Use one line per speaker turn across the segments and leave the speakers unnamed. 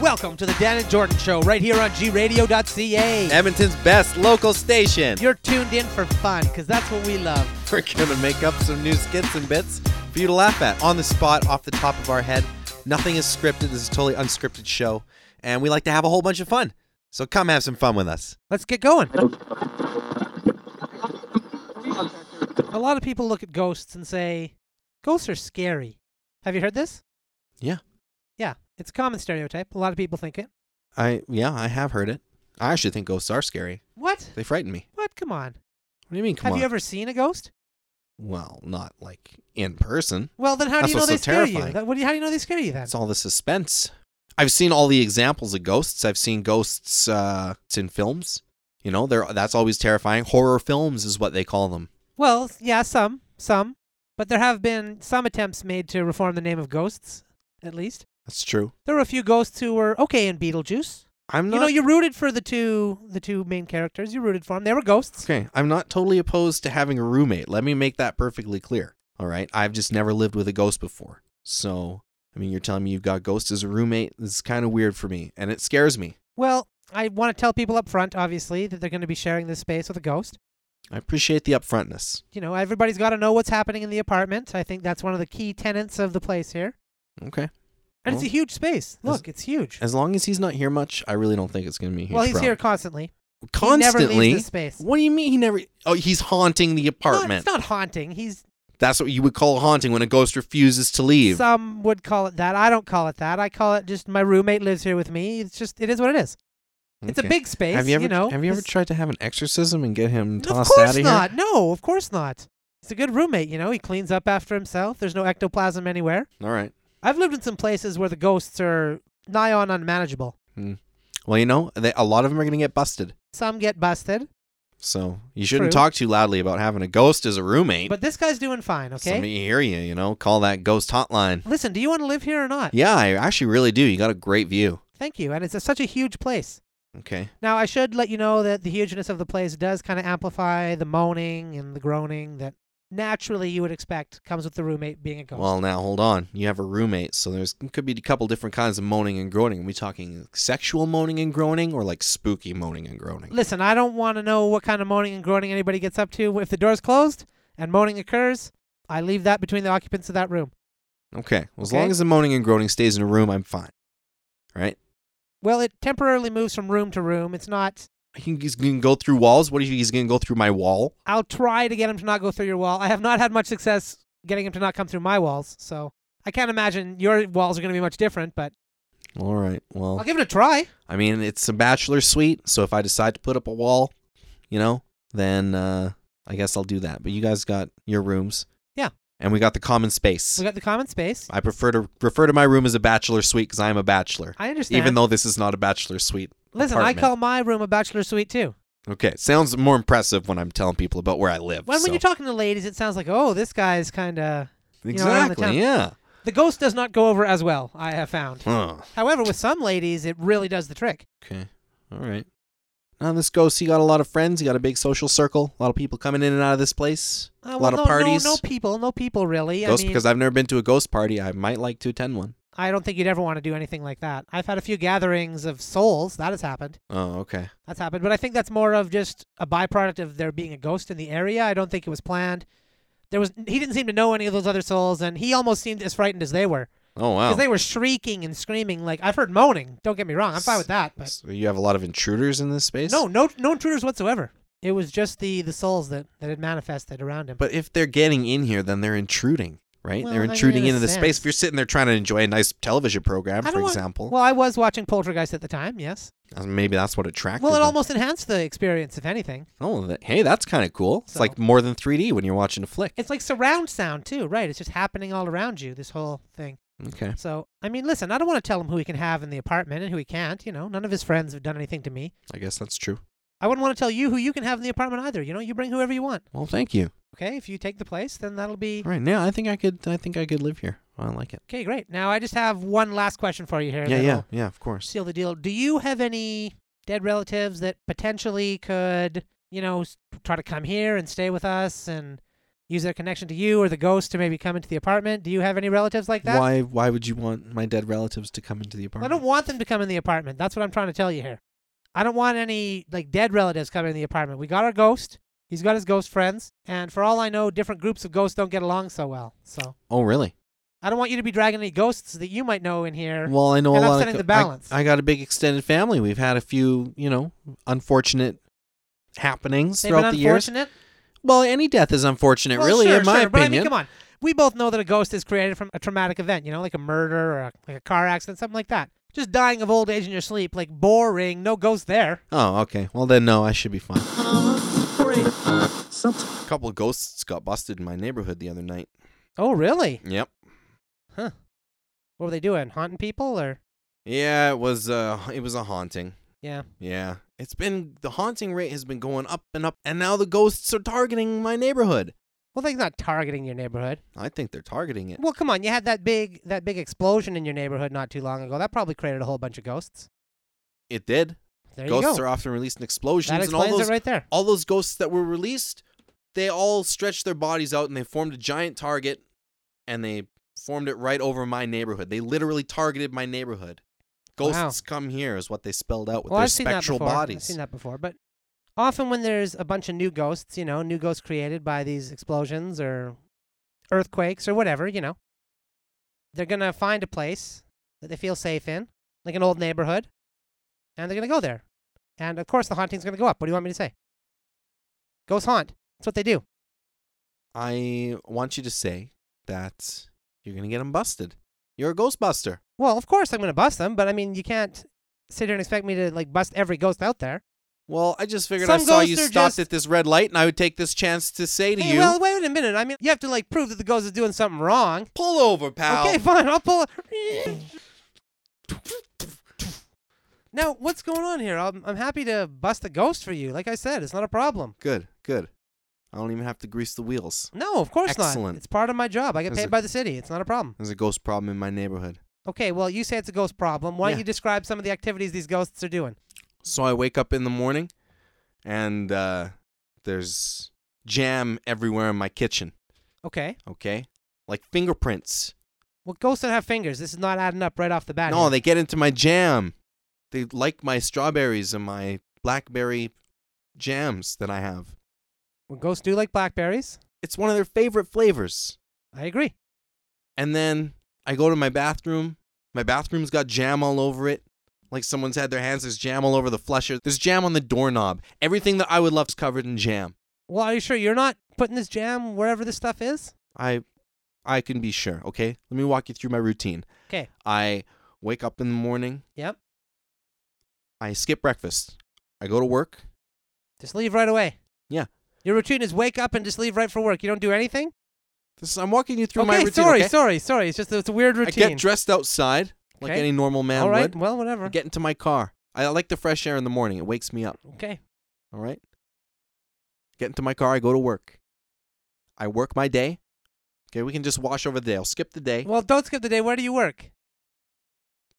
Welcome to the Dan and Jordan Show right here on gradio.ca.
Edmonton's best local station.
You're tuned in for fun because that's what we love.
We're gonna make up some new skits and bits for you to laugh at on the spot, off the top of our head. Nothing is scripted. This is a totally unscripted show, and we like to have a whole bunch of fun. So come have some fun with us.
Let's get going. A lot of people look at ghosts and say, ghosts are scary. Have you heard this?
Yeah,
Yeah, it's a common stereotype. A lot of people think it.
I yeah I have heard it. I actually think ghosts are scary.
What?
They frighten me.
What? Come on.
What do you mean? Come
Have
on.
you ever seen a ghost?
well, not like in person.
Well, then how
That's
do you know
what's
they
so
scare you?
terrifying.
That, what do you, how do you know they scare you then?
It's all the suspense. I've seen all the examples of ghosts. I've seen ghosts uh, it's in films. You know, they're, that's always terrifying. Horror films is what they call them.
Well, s- yeah, some, some, but there have been some attempts made to reform the name of ghosts. At least
That's true.
there were a few ghosts who were okay in Beetlejuice.
I'm not
You know, you rooted for the two, the two main characters. You rooted for them. They were ghosts.
okay. I'm not totally opposed to having a roommate. Let me make that perfectly clear. All right. I've just never lived with a ghost before. So, I mean, you're telling me you've got ghosts as a roommate. This is kind of weird for me, and it scares me.
Well, I want to tell people up front, obviously, that they're going to be sharing this space with a ghost.
I appreciate the upfrontness.
You know, everybody's got to know what's happening in the apartment. I think that's one of the key tenets of the place here.
Okay.
And it's
Well,
a huge space. Look, it's huge.
As long as he's not here much, I really don't think it's going to be a huge.
Well, he's
problem.
here constantly.
constantly.
He never leaves this space.
What do you mean he never? Oh, he's haunting the
No,
apartment.
it's not haunting. He's
That's what you would call haunting when a ghost refuses to leave.
Some would call it that. I don't call it that. I call it just my roommate lives here with me. It's just it is what it is. It's a
Okay.
big space.
Have you ever
know,
have you ever
it's-
tried to have an exorcism and get him
No, Of
tossed
course
out of
not.
here?
No, of course not. He's a good roommate. You know, he cleans up after himself. There's no ectoplasm anywhere.
All right.
I've lived in some places where the ghosts are nigh on unmanageable.
Well, you know, they, a lot of them are going to get busted.
Some get busted,
So you shouldn't
True.
talk too loudly about having a ghost as a roommate.
but this guy's doing fine. Okay.
Somebody hear you, you know, call that ghost hotline.
Listen, do you want to live here or not?
Yeah, I actually really do. You got a great view.
Thank you. And it's a, such a huge place.
Okay.
Now, I should let you know that the hugeness of the place does kind of amplify the moaning and the groaning that naturally you would expect comes with the roommate being a ghost.
Well, now hold on. You have a roommate, so there's could be a couple different kinds of moaning and groaning. Are we talking sexual moaning and groaning, or like spooky moaning and groaning?
Listen, I don't want to know what kind of moaning and groaning anybody gets up to. If the door's closed and moaning occurs, I leave that between the occupants of that room.
Okay. Well, as
Okay.
long as the moaning and groaning stays in a room, I'm fine. Right?
Well, it temporarily moves from room to room. It's not,
I think he's gonna go through walls. What do you think he's gonna go through my wall?
I'll try to get him to not go through your wall. I have not had much success getting him to not come through my walls, so I can't imagine your walls are going to be much different, but
All right. Well,
I'll give it a try.
I mean, it's a bachelor suite, so if I decide to put up a wall, you know, then uh, I guess I'll do that. But you guys got your rooms.
Yeah.
And we got the common space.
We got the common space.
I prefer to refer to my room as a bachelor suite because I'm a bachelor,
I understand.
even though this is not a bachelor suite.
Listen, I
apartment.
call my room a bachelor suite too.
Okay, sounds more impressive when I'm telling people about where I live.
When,
so-
when you're talking to ladies, it sounds like, oh, this guy's kind of. you know, around the
exactly,
town.
yeah.
The ghost does not go over as well, I have found.
Huh.
However, with some ladies, it really does the trick.
Okay, all right. Now this ghost, he got a lot of friends. He got a big social circle. A lot of people coming in and out of this place.
Uh,
a
well,
lot
no,
of parties.
No, no people, no people really.
ghost,
I mean,
because I've never been to a ghost party. I might like to attend one.
I don't think you'd ever want to do anything like that. I've had a few gatherings of souls. That has happened.
Oh, okay.
That's happened. But I think that's more of just a byproduct of there being a ghost in the area. I don't think it was planned. There was he didn't seem to know any of those other souls, and he almost seemed as frightened as they were.
Oh wow.
Because they were shrieking and screaming. Like I've heard moaning. Don't get me wrong. I'm fine with that. But
So you have a lot of intruders in this space.
no, no, no intruders whatsoever. It was just the the souls that that had manifested around him.
But if they're getting in here, then they're intruding, right?
Well, I
they're
mean,
intruding
in a
into the space.
sense.
If you're sitting there trying to enjoy a nice television program,
I
for
don't want-
example,
well, I was watching Poltergeist at the time. Yes.
uh, maybe that's what attracted.
Well, it
them.
almost enhanced the experience, if anything.
Oh, that, hey, that's kind of cool. It's
So-
like more than 3D when you're watching a flick.
It's like surround sound too, right? It's just happening all around you. This whole thing.
Okay.
So I mean, listen, I don't want to tell him who he can have in the apartment and who he can't. You know, none of his friends have done anything to me.
I guess that's true.
I wouldn't want to tell you who you can have in the apartment either. You know, you bring whoever you want.
Well, thank you.
Okay, if you take the place, then that'll be
All right. Now I think I could. I think I could live here. I like it.
Okay, great. Now I just have one last question for you here.
Yeah, yeah,
that'll
yeah. Of course.
Seal the deal. Do you have any dead relatives that potentially could, you know, s- try to come here and stay with us, and you use their connection to you or the ghost to maybe come into the apartment. Do you have any relatives like that?
Why? Why would you want my dead relatives to come into the
I
apartment?
don't want them to come in the apartment. That's what I'm trying to tell you here. I don't want any like dead relatives coming in the apartment. We got our ghost. He's got his ghost friends, and for all I know, different groups of ghosts don't get along so well. So
oh, really?
I don't want you to be dragging any ghosts that you might know in here.
Well, I know
And
a lot
upsetting
of.
the balance.
I, I got a big extended family. We've had a few, you know, unfortunate happenings
They've
throughout
been
the years.
unfortunate.
Well, any death is unfortunate,
Well,
really,
sure,
in my
sure, But I mean,
opinion.
come on. We both know that a ghost is created from a traumatic event, you know, like a murder or a, like a car accident, something like that. Just dying of old age in your sleep, like boring, no ghost there.
Oh, okay. Well, then no, I should be fine. A couple of ghosts got busted in my neighborhood the other night.
Oh, really?
Yep.
What were they doing? Haunting people or?
Yeah, it was. Uh, it was a haunting.
Yeah.
Yeah, it's been the haunting rate has been going up and up, and now the ghosts are targeting my neighborhood.
Well, they're not targeting your neighborhood.
I think they're targeting it.
Well, come on. You had that big that big explosion in your neighborhood not too long ago. That probably created a whole bunch of ghosts.
It did.
There
ghosts
you go.
are often released in explosions,
that
and all
explains
those
it right there.
all those ghosts that were released, they all stretched their bodies out and they formed a giant target, and they formed it right over my neighborhood. They literally targeted my neighborhood.
Wow.
Ghosts come here is what they spelled out with
well,
their
I've seen that
spectral
before.
bodies.
I've seen that before, but often when there's a bunch of new ghosts, you know, new ghosts created by these explosions or earthquakes or whatever, you know, they're gonna find a place that they feel safe in, like an old neighborhood, and they're gonna go there. And of course, the haunting's gonna go up. What do you want me to say? Ghosts haunt. That's what they do.
I want you to say that you're gonna get them busted. You're a Ghostbuster.
Well, of course I'm gonna bust them, but I mean, you can't sit here and expect me to like bust every ghost out there.
Well, I just figured I
Some
saw you
ghosts are
stopped
just-
at this red light, and I would take this chance to say to
Hey,
you,
well, wait a minute. I mean, you have to like prove that the ghost is doing something wrong.
"Pull over, pal."
Okay, fine. I'll pull. now, what's going on here? I'm, I'm happy to bust a ghost for you. Like I said, it's not a problem.
Good, good. I don't even have to grease the wheels.
No, of course
Excellent.
not. It's part of my job. I get
Is
paid
it-
by the city. It's not a problem.
There's a ghost problem in my neighborhood.
Okay, well, you say it's a ghost problem. Why don't
Yeah.
you describe some of the activities these ghosts are doing?
So I wake up in the morning, and uh, there's jam everywhere in my kitchen.
Okay.
Okay, like fingerprints.
Well, ghosts don't have fingers. This is not adding up right off the bat.
No,
here.
they get into my jam. They like my strawberries and my blackberry jams that I have.
Well, ghosts do like blackberries.
It's one of their favorite flavors.
I agree.
And then I go to my bathroom. My bathroom's got jam all over it. Like someone's had their hands, there's jam all over the flusher. There's jam on the doorknob. Everything that I would love's covered in jam.
Well, are you sure you're not putting this jam wherever this stuff is?
I I can be sure, okay? Let me walk you through my routine.
Okay.
I wake up in the morning,
Yep.
I skip breakfast. I go to work.
Just leave right away.
Yeah.
Your routine is wake up and just leave right for work. You don't do anything?
This I'm walking you through
okay,
my routine.
sorry,
okay?
sorry, sorry. It's just it's a weird routine.
I get dressed outside like
Okay.
any normal man
All right,
would.
well,
I
whatever.
get into my car. I like the fresh air in the morning. It wakes me up.
Okay.
All right. Get into my car. I go to work. I work my day. Okay, we can just wash over the day. I'll skip the day.
Well, don't skip the day. Where do you work?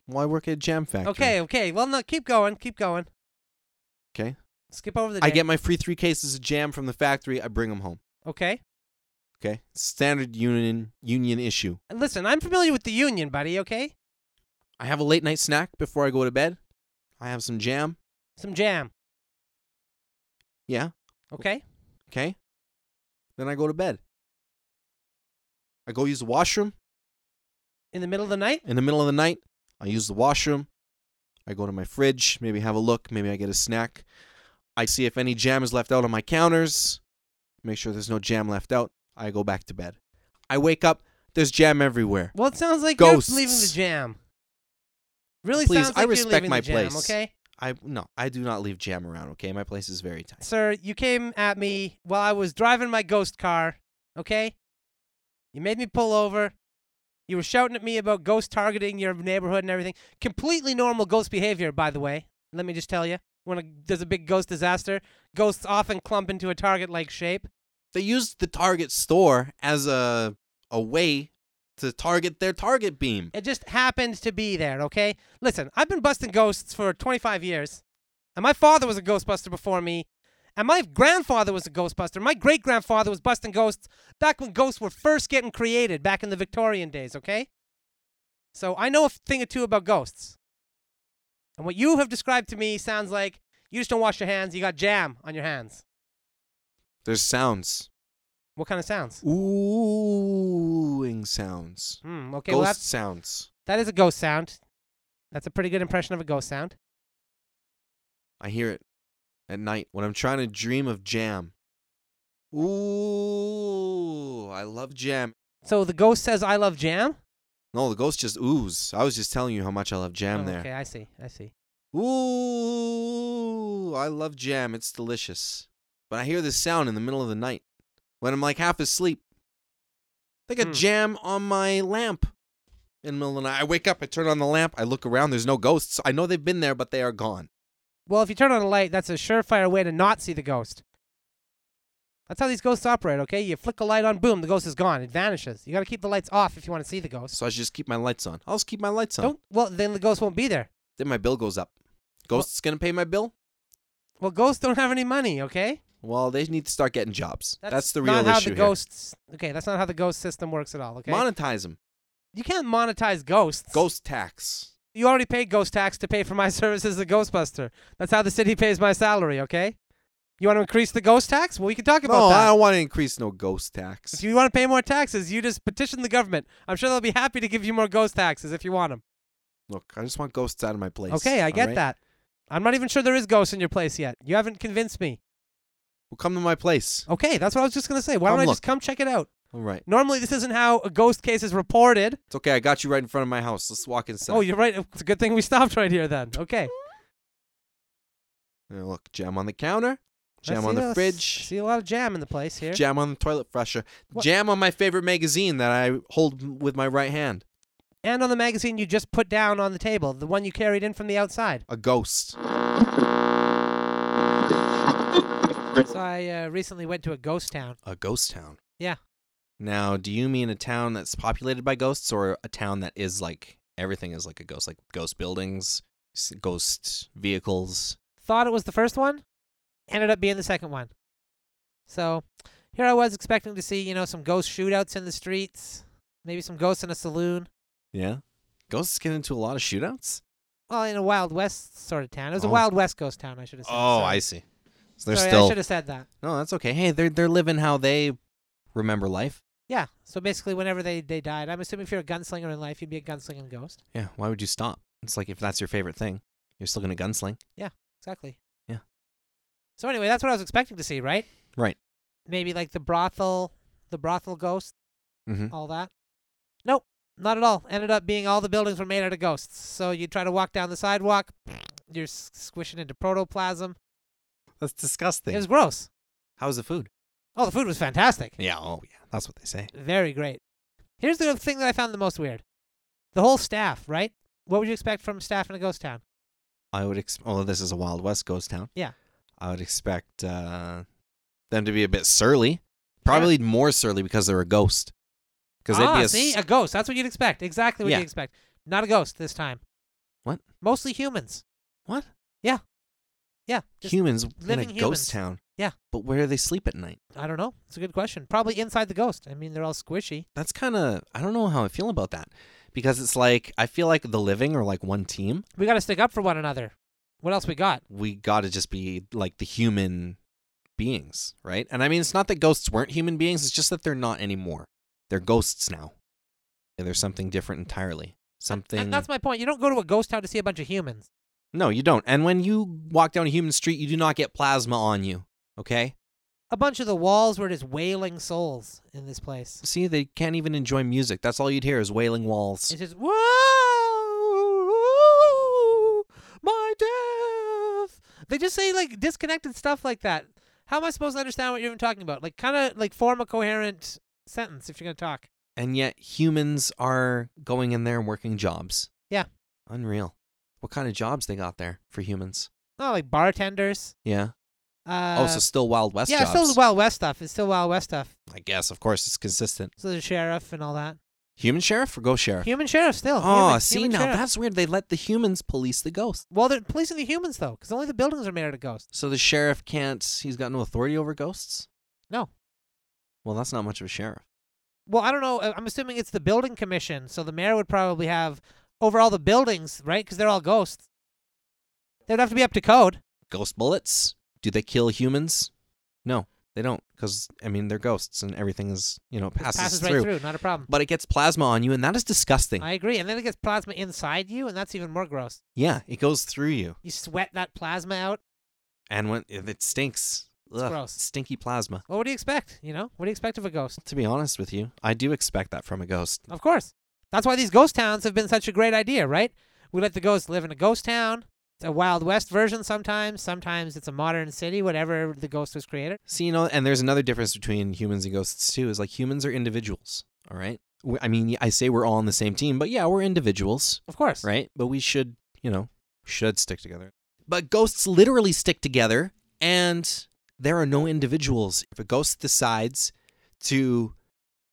Well, I work at a jam factory.
Okay, okay. Well, no, keep going, keep going.
Okay.
Skip over the day.
I get my free three cases of jam from the factory. I bring them home.
Okay.
Okay. Standard union union issue.
And Listen, I'm familiar with the union, buddy, okay?
I have a late night snack before I go to bed. I have some jam.
Some jam,
Yeah.
okay?
Okay. Then I go to bed. I go use the washroom.
In the middle of the night?
in the middle of the night, I use the washroom. I go to my fridge, maybe have a look, maybe I get a snack. I see if any jam is left out on my counters. Make sure there's no jam left out. I go back to bed. I wake up, there's jam everywhere.
Well, it sounds like you're leaving the
Ghosts.
jam. Really
Please,
sounds
I
like
respect
you're leaving
my
the jam,
place.
okay?
I no, I do not leave jam around, okay? My place is very tight.
Sir, you came at me while I was driving my ghost car, okay? You made me pull over. You were shouting at me about ghost targeting your neighborhood and everything. Completely normal ghost behavior, by the way. Let me just tell you. When a, there's a big ghost disaster, ghosts often clump into a target like shape.
They used the Target store as a a way to target their target beam.
It just happened to be there, okay? Listen, I've been busting ghosts for 25 years, and my father was a ghostbuster before me, And my grandfather was a Ghostbuster. My great grandfather was busting ghosts back when ghosts were first getting created, back in the Victorian days, okay? So I know a thing or two about ghosts. And what you have described to me sounds like you just don't wash your hands, you got jam on your hands.
There's sounds.
What kind of sounds?
Oohing sounds.
Hmm, okay,
Ghost
well, that's,
sounds.
that is a ghost sound. That's a pretty good impression of a ghost sound.
I hear it at night when I'm trying to dream of jam. Ooh, I love jam.
So the ghost says, I love jam?
No, the ghost just oohs. I was just telling you how much I love jam
Oh,
there.
Okay, I see, I see.
Ooh, I love jam. It's delicious. But I hear this sound in the middle of the night when I'm like half asleep. Like a
Hmm.
jam on my lamp in the middle of the night. I wake up, I turn on the lamp, I look around, there's no ghosts. I know they've been there, but they are gone.
Well, if you turn on a light, that's a surefire way to not see the ghost. That's how these ghosts operate, okay? You flick a light on, boom, the ghost is gone. It vanishes. You got to keep the lights off if you want to see the ghost.
So I should just keep my lights on. I'll just keep my lights on.
Don't. Well, then the ghost won't be there.
Then my bill goes up. Ghosts gonna pay my bill?
Well, ghosts don't have any money, okay?
Well, they need to start getting jobs. That's, the real
not how
issue
the
here.
ghosts. Okay, that's not how the ghost system works at all, okay?
Monetize them.
you can't monetize ghosts.
Ghost tax.
You already paid ghost tax to pay for my services as a ghostbuster. That's how the city pays my salary, okay? You want to increase the ghost tax? Well, we can talk about
No,
that.
I don't want to increase no ghost tax.
If you want to pay more taxes, you just petition the government. I'm sure they'll be happy to give you more ghost taxes if you want them.
Look, I just want ghosts out of my place.
Okay, I get
alright?
that. I'm not even sure there is ghosts in your place yet. You haven't convinced me.
Well, come to my place.
Okay, that's what I was just going to say. Why don't
Come
I just come check it out?
All right.
Normally, this isn't how a ghost case is reported.
It's okay. I got you right in front of my house. Let's walk inside.
Oh, you're right. It's a good thing we stopped right here then. Okay.
Now look, jam on the
I
counter, jam on
see
the
a-
fridge,
See a lot of jam in the place here.
jam on the toilet flusher,
What?
jam on my favorite magazine that I hold m- with my right hand.
And on the magazine you just put down on the table, the one you carried in from the outside.
A ghost.
So I uh, recently went to a ghost town.
A ghost town.
Yeah.
Now, do you mean a town that's populated by ghosts or a town that is like everything is like a ghost, like ghost buildings, s- ghost vehicles?
thought it was the first one, ended up being the second one. So here I was expecting to see, you know, some ghost shootouts in the streets, maybe some ghosts in a saloon.
Yeah. Ghosts get into a lot of shootouts?
Well, in a Wild West sort of town. It was
Oh.
a Wild West ghost town, I should have said.
Oh,
Sorry.
I see. So they're
Sorry, I
still
should have said that.
No, that's okay. Hey, they're they're living how they remember life.
Yeah. So basically, whenever they, they died, I'm assuming if you're a gunslinger in life, you'd be a gunslinging ghost.
Yeah, why would you stop? It's like if that's your favorite thing, you're still gonna gunsling.
Exactly.
Yeah.
So anyway, that's what I was expecting to see, right?
Right.
Maybe like the brothel, the brothel ghost.
Mm-hmm.
all that. Nope, not at all. Ended up being all the buildings were made out of ghosts. So you try to walk down the sidewalk, you're s- squishing into protoplasm.
That's disgusting.
It was gross.
How's the food?
Oh, the food was fantastic.
Yeah, oh yeah, that's what they say.
Very great. Here's the thing that I found the most weird the whole staff, right? What would you expect from staff in a ghost town?
I would ex- oh this is a Wild West ghost town.
Yeah.
I would expect uh, them to be a bit surly, probably more surly because they're a ghost. Because they'd
ah,
be a
see,
s-
a ghost. That's what you'd expect. Exactly what
Yeah.
you'd expect. Not a ghost this time.
What?
Mostly humans.
what
Yeah. just-
humans
living
in a
humans.
ghost town.
Yeah.
but where do they sleep at night?
I don't know. It's a good question. Probably inside the ghost. I mean, they're all squishy.
That's kind of I don't know how I feel about that because it's like I feel like the living are like one team.
We got to stick up for one another. What else we got?
we got to just be like the human beings, right? And I mean, it's not that ghosts weren't human beings, it's just that they're not anymore. They're ghosts now. And they're something different entirely. Something.
And that's my point. You don't go to a ghost town to see a bunch of humans.
no, you don't. And when you walk down a human street, you do not get plasma on you, okay?
A bunch of the walls were just wailing souls in this place.
See, they can't even enjoy music. That's all you'd hear is wailing walls.
It's just whoa, my death. They just say like disconnected stuff like that. How am I supposed to understand what you're even talking about? Like, kind of like form a coherent sentence if you're gonna talk.
and yet humans are going in there and working jobs.
Yeah.
Unreal. What kind of jobs they got there for humans?
Not Oh, like bartenders.
Yeah.
Uh,
oh, so still Wild West
yeah,
jobs.
it's still Wild West stuff. It's still Wild West stuff.
I guess, of course, it's consistent.
So the sheriff and all that.
Human sheriff or ghost sheriff?
Human sheriff still.
oh,
human-
see
human
now
sheriff.
that's weird. They let the humans police the ghosts,
Well, they're policing the humans though, because only the buildings are made out of ghosts.
so the sheriff can't. He's got no authority over ghosts.
No.
Well, that's not much of a sheriff.
Well, I don't know. uh, I'm assuming it's the building commission, so the mayor would probably have over all the buildings, right? Because they're all ghosts. They would have to be up to code.
Ghost bullets? Do they kill humans? No, they don't, because I mean they're ghosts and everything is you know
It
passes,
passes right
through.
through, not a problem.
But it gets plasma on you, and that is disgusting.
I agree. And then it gets plasma inside you, and that's even more gross.
Yeah, it goes through you,
You sweat that plasma out.
and when if it stinks, ugh,
gross.
stinky plasma.
Well, what do you expect? You know, what do you expect of a ghost?
To be honest with you, I do expect that from a ghost.
Of course. That's why these ghost towns have been such a great idea, right? We let the ghosts live in a ghost town. It's a Wild West version sometimes. Sometimes it's a modern city, whatever the ghost was created.
See, you know, and there's another difference between humans and ghosts too. Is like humans are individuals. All right. We, I mean, I say we're all on the same team, but yeah, we're individuals,
Of course.
right? But we should, you know, should stick together. But ghosts literally stick together, and there are no individuals. If a ghost decides to,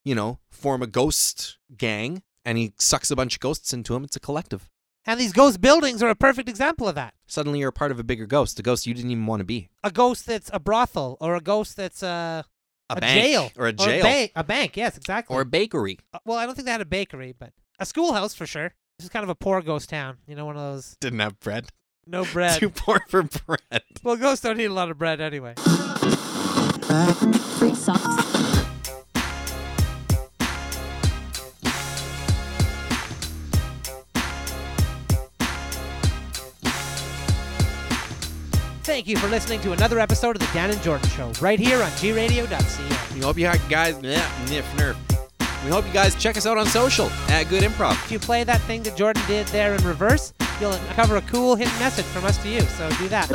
you know, form a ghost gang and he sucks a bunch of ghosts into him, it's a collective.
And these ghost buildings are a perfect example of that.
Suddenly, you're a part of a bigger ghost, a ghost you didn't even want to be.
A ghost that's a brothel or a ghost that's a,
A,
a
bank
jail.
or a jail
a, ba- a bank, yes, exactly.
or a bakery.
Uh, well, I don't think they had a bakery, but a schoolhouse for sure. This is kind of a poor ghost town. You know, one of those
Didn't have bread.
no bread.
Too poor for bread.
well, ghosts don't eat a lot of bread anyway.
Free socks.
Thank you for listening to another episode of the Dan and Jordan Show, right here on gradio.ca.
We hope you guys, yeah, nif nerf. We hope you guys check us out on social at Good Improv.
If you play that thing that Jordan did there in reverse, you'll uncover a cool hidden message from us to you. So do that.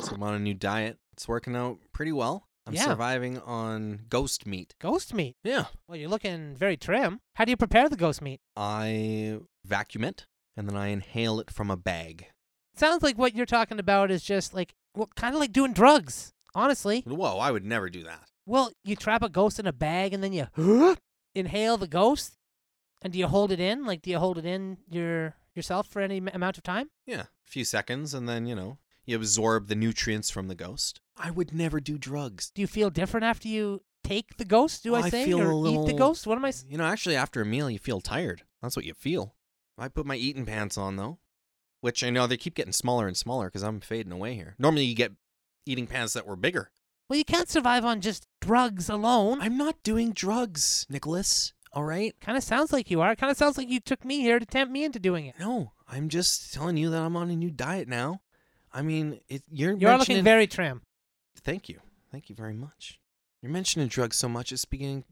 So I'm on a new diet. It's working out pretty well. I'm
Yeah.
surviving on ghost meat.
Ghost meat.
Yeah.
Well, you're looking very trim. How do you prepare the ghost meat?
I vacuum it and then I inhale it from a bag.
Sounds like what you're talking about is just like, well, kind of like doing drugs, honestly.
Whoa, I would never do that.
Well, you trap a ghost in a bag and then you inhale the ghost. And do you hold it in? Like, do you hold it in your yourself for any m- amount of time?
Yeah. A few seconds and then, you know, you absorb the nutrients from the ghost. I would never do drugs.
Do you feel different after you take the ghost? Do
Well,
I
I
say
feel a
or eat the
little-
ghost? What am I? s-
You know, actually, after a meal, you feel tired. That's what you feel. I put my eating pants on, though, which I know they keep getting smaller and smaller because I'm fading away here. Normally, you get eating pants that were bigger.
Well, you can't survive on just drugs alone.
I'm not doing drugs, Nicholas. All right?
Kind of sounds like you are. Kind of sounds like you took me here to tempt me into doing it.
No, I'm just telling you that I'm on a new diet now. I mean, it, you're
You're looking
mentioning-
very trim.
Thank you. Thank you very much. You're mentioning drugs so much, it's beginning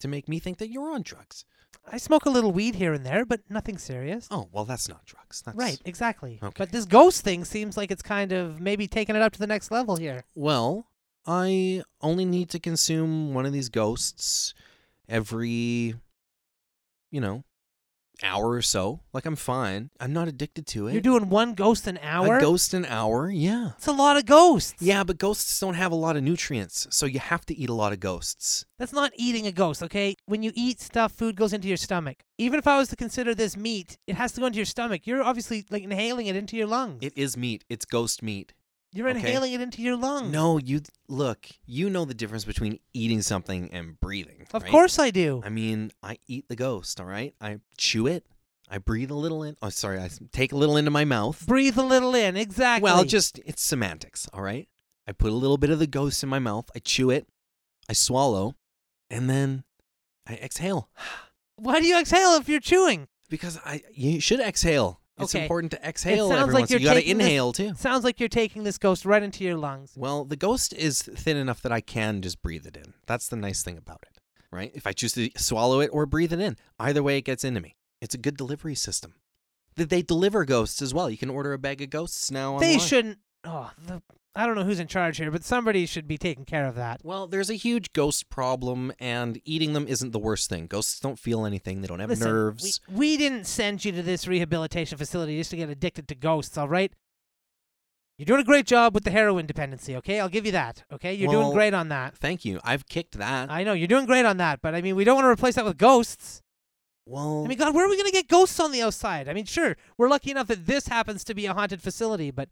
to make me think that you're on drugs.
I smoke a little weed here and there, but nothing serious.
Oh, well, that's not drugs. That's
right, exactly.
Okay.
But this ghost thing seems like it's kind of maybe taking it up to the next level here.
Well, I only need to consume one of these ghosts every, you know, hour or so. Like I'm fine. I'm not addicted to it.
You're doing one ghost an hour.
a ghost an hour. Yeah.
It's a lot of ghosts.
Yeah, but ghosts don't have a lot of nutrients, so you have to eat a lot of ghosts.
That's not eating a ghost, okay? When you eat stuff, food goes into your stomach. Even if I was to consider this meat, it has to go into your stomach. You're obviously like inhaling it into your lungs.
It is meat. It's ghost meat.
You're
okay.
inhaling it into your lungs.
No, you look. You know the difference between eating something and breathing.
Of
right?
course I do.
I mean, I eat the ghost. All right. I chew it. I breathe a little in. Oh, sorry. I s- take a little into my mouth.
Breathe a little in, exactly.
Well, just it's semantics, all right? I put a little bit of the ghost in my mouth, I chew it, I swallow, and then I exhale.
Why do you exhale if you're chewing?
Because I you should exhale. It's
Okay.
important to exhale
sounds
every
like
once.
you're
you got to
taking this-
inhale too.
Sounds like you're taking this ghost right into your lungs.
Well, the ghost is thin enough that I can just breathe it in. That's the nice thing about it, right? If I choose to swallow it or breathe it in, either way it gets into me. It's a good delivery system. They- They deliver ghosts as well. You can order a bag of ghosts now online.
They shouldn't. Oh, the, I don't know who's in charge here, but somebody should be taking care of that.
Well, there's a huge ghost problem, and eating them isn't the worst thing. Ghosts don't feel anything, they don't have
Listen,
nerves.
We, we didn't send you to this rehabilitation facility just to get addicted to ghosts, all right? You're doing a great job with the heroin dependency, okay? I'll give you that, okay? You're
Well,
doing great on that.
Uh, Thank you. I've kicked that.
I know, you're doing great on that, but I mean, we don't want to replace that with ghosts.
well,
I mean, God, where are we going to get ghosts on the outside? I mean, sure, we're lucky enough that this happens to be a haunted facility, but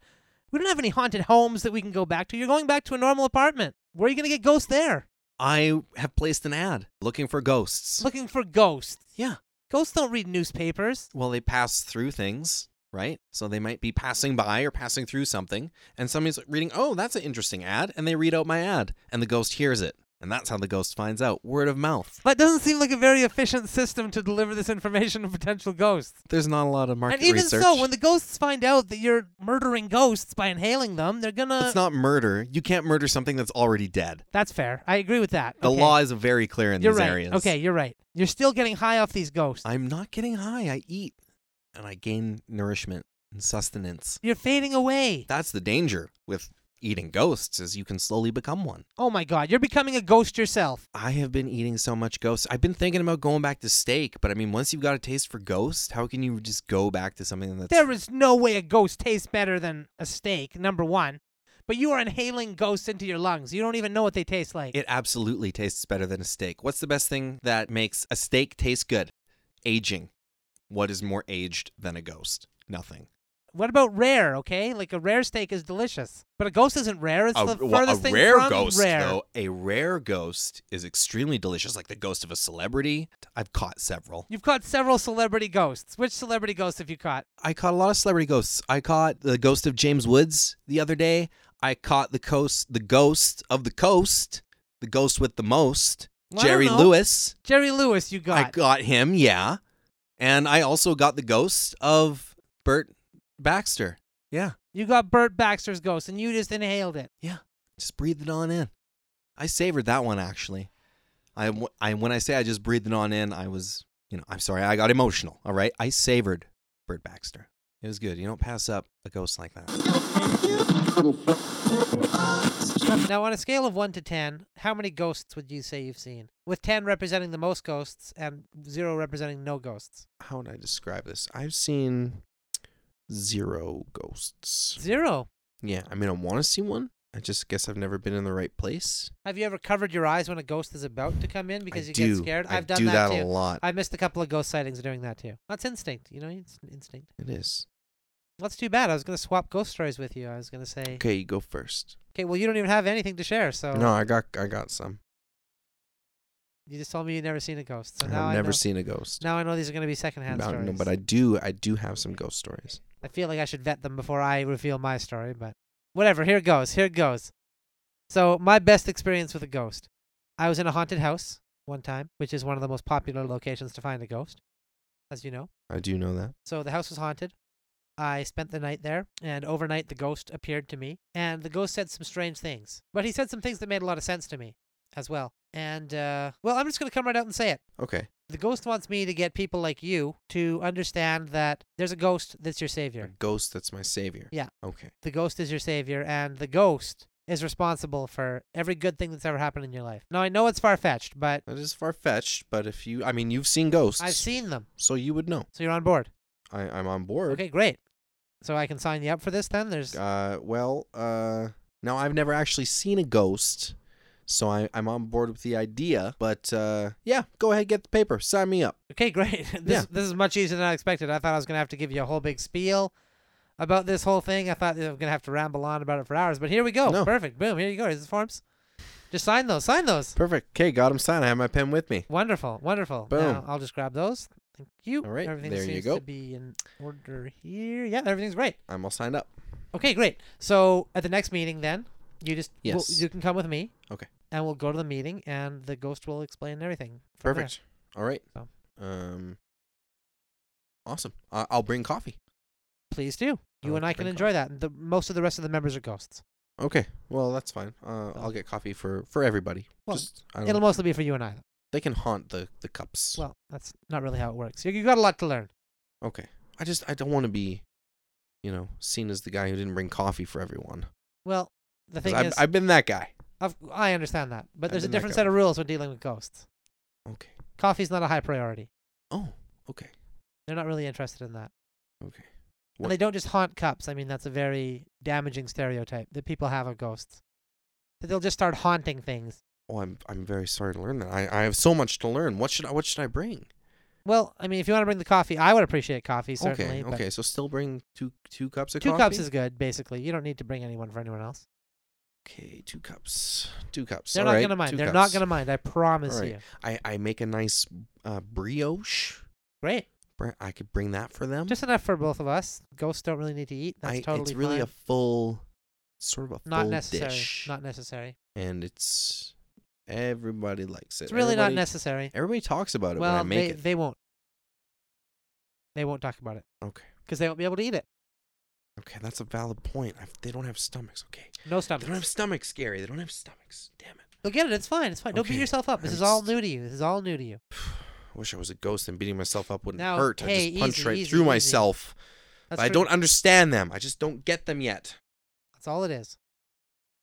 we don't have any haunted homes that we can go back to. You're going back to a normal apartment. Where are you going to get ghosts there?
I have placed an ad looking for ghosts.
Looking for ghosts.
Yeah.
Ghosts don't read newspapers.
Well, they pass through things, right? So they might be passing by or passing through something, and somebody's reading, oh, that's an interesting ad, and they read out my ad, and the ghost hears it. And that's how the ghost finds out word of mouth.
That doesn't seem like a very efficient system to deliver this information to potential ghosts.
There's not a lot of market
and even
research.
so, when the ghosts find out that you're murdering ghosts by inhaling them, they're gonna.
it's not murder. You can't murder something that's already dead.
That's fair. I agree with that.
The
Okay.
law is very clear in
You're
these
right.
areas.
Okay, you're right. You're still getting high off these ghosts.
I'm not getting high. I eat and I gain nourishment and sustenance.
You're fading away.
That's the danger with eating ghosts is you can slowly become one.
Oh my God, you're becoming a ghost yourself.
I have been eating so much ghosts. I've been thinking about going back to steak, but I mean, once you've got a taste for ghost, how can you just go back to something that's
There is no way a ghost tastes better than a steak, number one. But you are inhaling ghosts into your lungs. You don't even know what they taste like.
it absolutely tastes better than a steak. What's the best thing that makes a steak taste good? Aging. What is more aged than a ghost? Nothing.
what about rare, okay? Like a rare steak is delicious. But a ghost isn't rare. It's
a,
the
well,
furthest
a
thing
rare
from
ghost,
rare.
though, a rare ghost is extremely delicious, like the ghost of a celebrity. I've caught several.
You've caught several celebrity ghosts. Which celebrity ghosts have you caught?
I caught a lot of celebrity ghosts. I caught the ghost of James Woods the other day. I caught the coast, the ghost of the coast, the ghost with the most,
Well, I don't
Jerry
know.
Lewis.
Jerry Lewis, you got.
I got him, yeah. And I also got the ghost of Bert Baxter. Yeah,
you got Burt Baxter's ghost, and you just inhaled it.
yeah. Just breathe it on in. I savored that one actually. I, w- I when I say I just breathed it on in, I was you know I'm sorry I got emotional. All right, I savored Bert Baxter. It was good. You don't pass up a ghost like that.
Now, on a scale of 1 to 10, how many ghosts would you say you've seen? With 10 representing the most ghosts and 0 representing no ghosts.
how would I describe this? I've seen zero ghosts.
Zero.
Yeah, I mean, I want to see one. I just guess I've never been in the right place.
Have you ever covered your eyes when a ghost is about to come in because
I
you
do.
get scared?
I
I've done
do
that,
that, a
too.
lot.
I missed a couple of ghost sightings doing that too. That's instinct, you know, it's an instinct.
it is.
That's too bad. I was going to swap ghost stories with you. I was going to say,
Okay, you go first.
okay, well, you don't even have anything to share, so
No, I got I got some.
you just told me you never seen a ghost. So
I've
now I
never
know,
seen a ghost.
Now I know these are going to be secondhand
About-
stories.
no, but I do I do have some ghost stories.
I feel like I should vet them before I reveal my story, but whatever. Here goes. Here goes. So, my best experience with a ghost. I was in a haunted house one time, which is one of the most popular locations to find a ghost, as you know.
I do know that.
So, the house was haunted. I spent the night there, and overnight the ghost appeared to me, and the ghost said some strange things. But he said some things that made a lot of sense to me as well. And, uh, well, I'm just going to come right out and say it.
Okay,
The ghost wants me to get people like you to understand that there's a ghost that's your savior.
a ghost that's my savior.
Yeah.
Okay.
the ghost is your savior and the ghost is responsible for every good thing that's ever happened in your life. Now I know it's far fetched, but
That is far fetched, but if you I mean you've seen ghosts,
I've seen them.
so you would know.
So you're on board.
I I'm on board.
Okay, great. So I can sign you up for this then? There's
Uh, well, uh, now I've never actually seen a ghost, so I, I'm on board with the idea. But uh, yeah, go ahead, get the paper, sign me up.
Okay, great. this
Yeah.
this is much easier than I expected. I thought I was gonna have to give you a whole big spiel about this whole thing. I thought that I'm gonna have to ramble on about it for hours, but here we go.
No.
Perfect. Boom, here you go. Here's the forms. Just sign those. Sign those.
Perfect. Okay, got him signed. I have my pen with me.
Wonderful, wonderful.
Boom.
Now, I'll just grab those. Thank you.
All right,
Everything
there you
seems
go.
to be in order here. Yeah, everything's great.
I'm all signed up.
Okay, great. So at the next meeting, then you just we'll-
Yes.
you can come with me.
Okay.
And we'll go to the meeting, and the ghost will explain everything. from there.
Perfect. All right.
So.
Um. Awesome. I I'll bring coffee.
Please do. You
like
and
to
I can
drink
enjoy that. The most of the rest of the members are ghosts.
Okay. Well, that's fine. Uh,
So.
I'll get coffee for for everybody.
Well,
Just I don't
It'll
know.
mostly be for you and I.
They can haunt the the cups.
Well, that's not really how it works. You, you got a lot to learn.
okay. I just I don't want to be, you know, seen as the guy who didn't bring coffee for everyone.
Well, the
'Cause
thing
I've,
is,
I've been that guy.
I've, I understand that, but
I've
there's a
been that
different
guy.
set of rules when dealing with ghosts.
Okay.
Coffee's not a high priority.
Oh, okay.
They're not really interested in that.
Okay. What-
And they don't just haunt cups. I mean, that's a very damaging stereotype that people have of ghosts. That they'll just start haunting things.
Oh, I'm I'm very sorry to learn that. I, I have so much to learn. What should I what should I bring?
Well, I mean, if you want to bring the coffee, I would appreciate coffee certainly.
okay,
but
okay. So still bring two two cups of
Two
coffee.
cups is good, basically. You don't need to bring anyone for anyone else.
okay. Two cups. Two cups.
They're
all
not
right,
gonna mind.
two
They're
cups.
not gonna mind. I promise
All right.
you.
I I make a nice uh, brioche.
Great.
Br- I could bring that for them.
Just enough for both of us. Ghosts don't really need to eat. That's
Um, I,
totally
it's really
fine.
a full, sort of a
not
full
necessary.
dish,
Not necessary.
and it's everybody likes it.
It's really not
E, Everybody-
necessary.
Everybody talks about it when I
Well,
make
they
it.
they won't. They won't talk about it
Okay,
because they won't be able to eat it.
okay, that's a valid point. I've, they don't have stomachs. Okay,
No
they don't have
stomachs.
stomachs, Gary. They don't have stomachs. Damn it!
You'll get it. It's fine. It's fine. Don't beat
Okay.
yourself up. This
I'm
is all
just-
new to you. This is all new to you.
I wish I was a ghost and beating myself up wouldn't
Now,
hurt. I
hey,
just punch
easy,
right
easy,
through
easy.
myself.
That's
I
for-
don't understand them. I just don't get them yet.
That's all it is.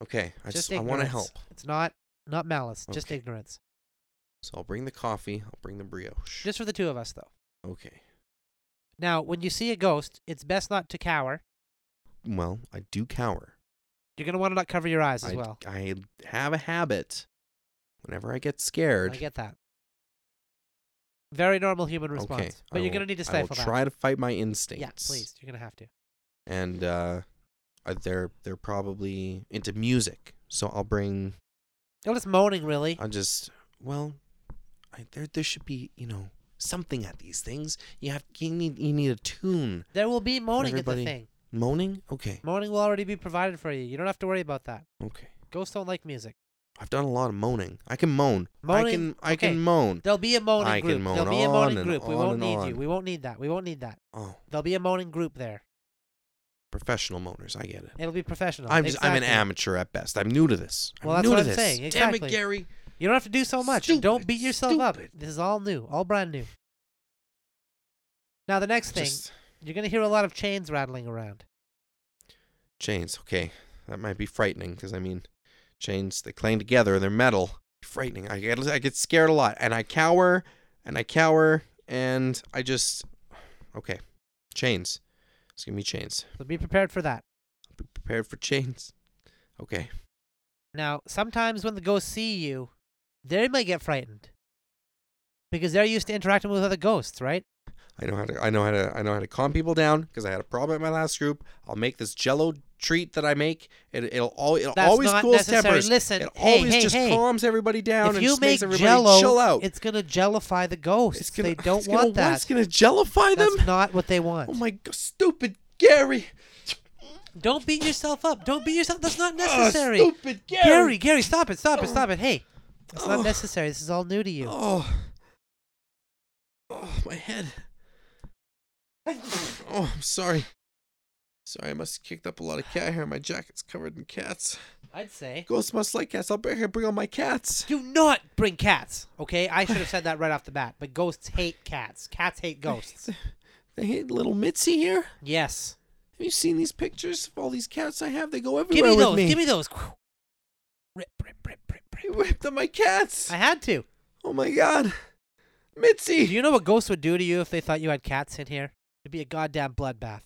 Okay, I just,
just
I want to help.
ignorance. It's not not malice. Just
Okay.
ignorance.
So I'll bring the coffee. I'll bring the brioche.
Just for the two of us, though.
okay.
Now, when you see a ghost, it's best not to cower.
Well, I do cower.
You're gonna want to not cover your eyes as
I,
well.
I have a habit. Whenever I get
I
scared,
get that. Very normal human response.
okay,
but
I
you're
will-
gonna need to
I will
stifle that.
try to fight my
yeah,
instincts.
please. You're gonna have to.
And uh, uh, they're they're probably into music, so I'll bring.
Oh, it's moaning, really.
I'll just well, I, there there should be you know something at these things. You have you need you need a tune.
There will be moaning at the
everybody-
thing.
Moaning, okay,
Moaning will already be provided for you. You don't have to worry about that.
okay.
Ghosts don't like music.
I've done a lot of moaning. I can moan. I
Moaning-
can I
okay.
can moan.
There'll be a moaning
Mm. I can
group.
moan
There'll be a
on
moaning
and
group. We
on
won't
and
need
on.
you. We won't need that. We won't need that.
Oh,
There'll be a moaning group there.
professional moaners. I get it.
It'll be professional.
I'm just I'm an
Exactly.
amateur at best. I'm new to this. I'm
Well, that's
new
what
to
I'm
this.
saying,
Damn
exactly.
it, Gary.
You don't have to do so much.
Stupid,
don't beat yourself up.
stupid.
This is all new, all brand new. Now the next thing,
Just
you're gonna hear a lot of chains rattling around.
chains. Okay, that might be frightening because I mean, chains they cling together. They're metal. Frightening. I get I get scared a lot, and I cower, and I cower, and I just okay, chains. Just give me chains.
So be prepared for that.
Be prepared for chains. Okay.
Now, sometimes when the ghosts see you, they might get frightened because they're used to interacting with other ghosts, right?
I know how to I know how to I know how to calm people down because I had a problem at my last group. I'll make this jello treat that I make. It it'll all it'll
That's
always
not
cools
necessary.
tempers.
Listen,
it
hey,
always
hey,
just
hey.
calms everybody down
if
and
you
just
make
makes everybody
jello,
chill out.
it's gonna jellify the ghosts.
gonna,
they don't
it's gonna,
want that.
It's gonna jellify them.
That's not what they want.
oh my g- stupid Gary.
Don't beat yourself up. Don't beat yourself. That's not
Ah,
necessary.
stupid Gary.
Gary, Gary, stop it, stop it, stop it. Hey, it's
Oh.
not necessary. This is all new to you.
Oh. Oh my head. Oh, I'm sorry. Sorry, I must have kicked up a lot of cat hair. My jacket's covered in cats.
I'd say.
Ghosts must like cats. I'll bring, here, bring all my cats.
Do not bring cats, okay? I should have said that right off the bat, but ghosts hate cats. Cats hate ghosts.
They hate little Mitzi here. Have
Yes.
you seen these pictures of all these cats I have? They go
Give
everywhere
me
with
those.
me.
Give me those. Rip, rip, rip, rip,
They
rip.
ripped up my cats.
I had to.
Oh my god,
Do
Mitzi!
you know what ghosts would do to you if they thought you had cats in here? It'd be a goddamn bloodbath.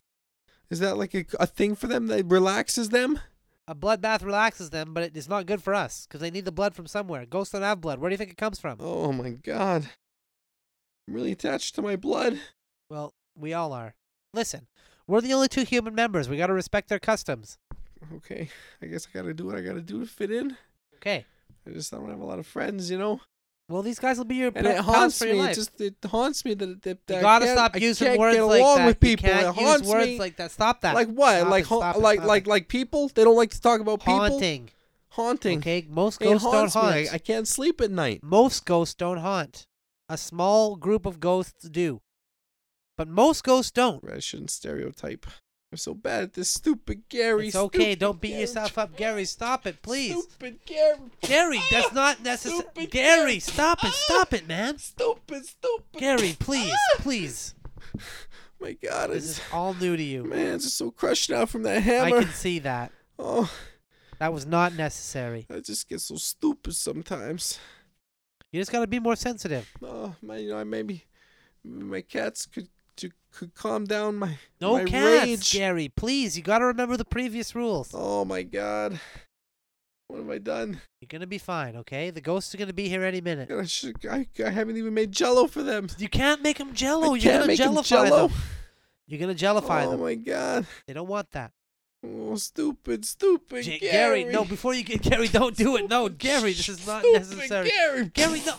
Is that like a, a thing for them that relaxes them?
A bloodbath relaxes them, but it is not good for us because they need the blood from somewhere. Ghosts don't have blood. Where do you think it comes from?
Oh my god, I'm really attached to my blood.
Well, we all are. Listen, we're the only two human members. We got to respect their customs.
Okay, I guess I gotta do what I gotta do to fit in.
Okay.
I just I don't have a lot of friends, you know.
Well, these guys will be your
And
pa-
it
pals
haunts
for
me.
your
It
life.
just it haunts me that, that, that
you
I
gotta
can't-
stop
I
using
can't
words
get
like
along
that.
with people.
You can't
it
use
haunts
words
me.
like that. Stop that.
Like what?
Stop
like
it,
haunt-
stop it,
like
stop
like
it.
like people? They don't like to talk about people.
haunting.
Haunting.
Okay, most
It
ghosts don't
haunts me.
haunt.
I, I can't sleep at night.
Most ghosts don't haunt. A small group of ghosts do, but most ghosts don't.
I shouldn't stereotype. I'm so bad at this. Stupid Gary.
it's okay.
stupid
Don't beat
Gary.
yourself up, Gary. Stop it, please.
Stupid Gary.
Gary, that's
Ah!
not necessary.
Stupid
Gary, stop it, stop it, man.
Stupid, stupid.
Gary, please,
Ah!
please.
My God,
This
it's
is all new to you.
man, it's just so crushed out from that
I
hammer.
can see that.
Oh,
That was not necessary.
I just get so stupid sometimes.
You just got to be more sensitive.
Oh, my, you know, maybe, maybe my cats could to could calm down my
No
my
cats,
rage.
Gary. Please, you got to remember the previous rules.
Oh my god. What have I done?
You're gonna be fine, okay? The ghosts are gonna be here any minute.
I, should, I, I haven't even made jello for them.
You can't make them
I
jello. You're
can't
gonna
make 'em
jellify
Jell-O.
them. You're gonna jellify
Oh
them.
my god.
They don't want that.
Oh, stupid, stupid
J-
Gary.
Gary, no, before you get Gary, don't do it. No, Gary, this is not
Stupid
necessary.
Gary.
Gary, no.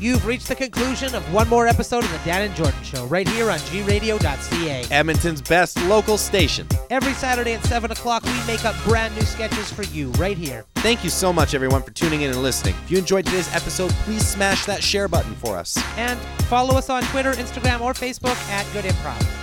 You've reached the conclusion of one more episode of the Dan and Jordan Show right here on gradio.ca.
Edmonton's best local station.
Every Saturday at 7 o'clock, we make up brand new sketches for you right here.
Thank you so much, everyone, for tuning in and listening. If you enjoyed today's episode, please smash that share button for us.
And follow us on Twitter, Instagram, or Facebook at Good Improv.